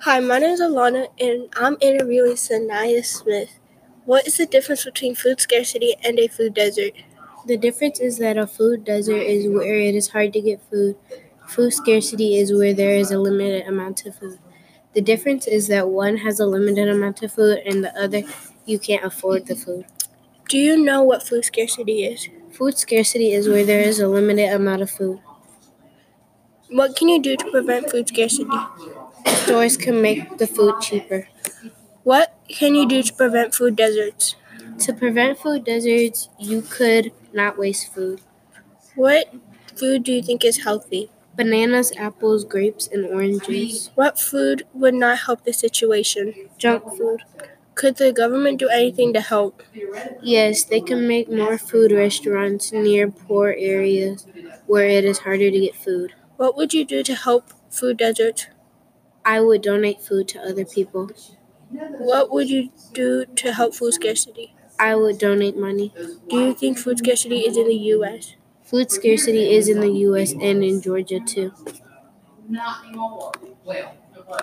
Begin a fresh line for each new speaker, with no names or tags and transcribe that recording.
Hi, my name is Alana, and I'm interviewing Sanaya Smith. What is the difference between food scarcity and a food desert?
The difference is that a food desert is where it is hard to get food. Food scarcity is where there is a limited amount of food. The difference is that one has a limited amount of food and the other you can't afford the food.
Do you know what food scarcity is?
Food scarcity is where there is a limited amount of food.
What can you do to prevent food scarcity?
Stores can make the food cheaper.
What can you do to prevent food deserts?
To prevent food deserts, you could not waste food.
What food do you think is healthy?
Bananas, apples, grapes, and oranges.
What food would not help the situation?
Junk food.
Could the government do anything to help?
Yes, they can make more food restaurants near poor areas where it is harder to get food.
What would you do to help food deserts?
I would donate food to other people.
What would you do to help food scarcity?
I would donate money.
Do you think food scarcity is in the U.S.?
Food scarcity is in the US and in Georgia too.
not anymore. Well.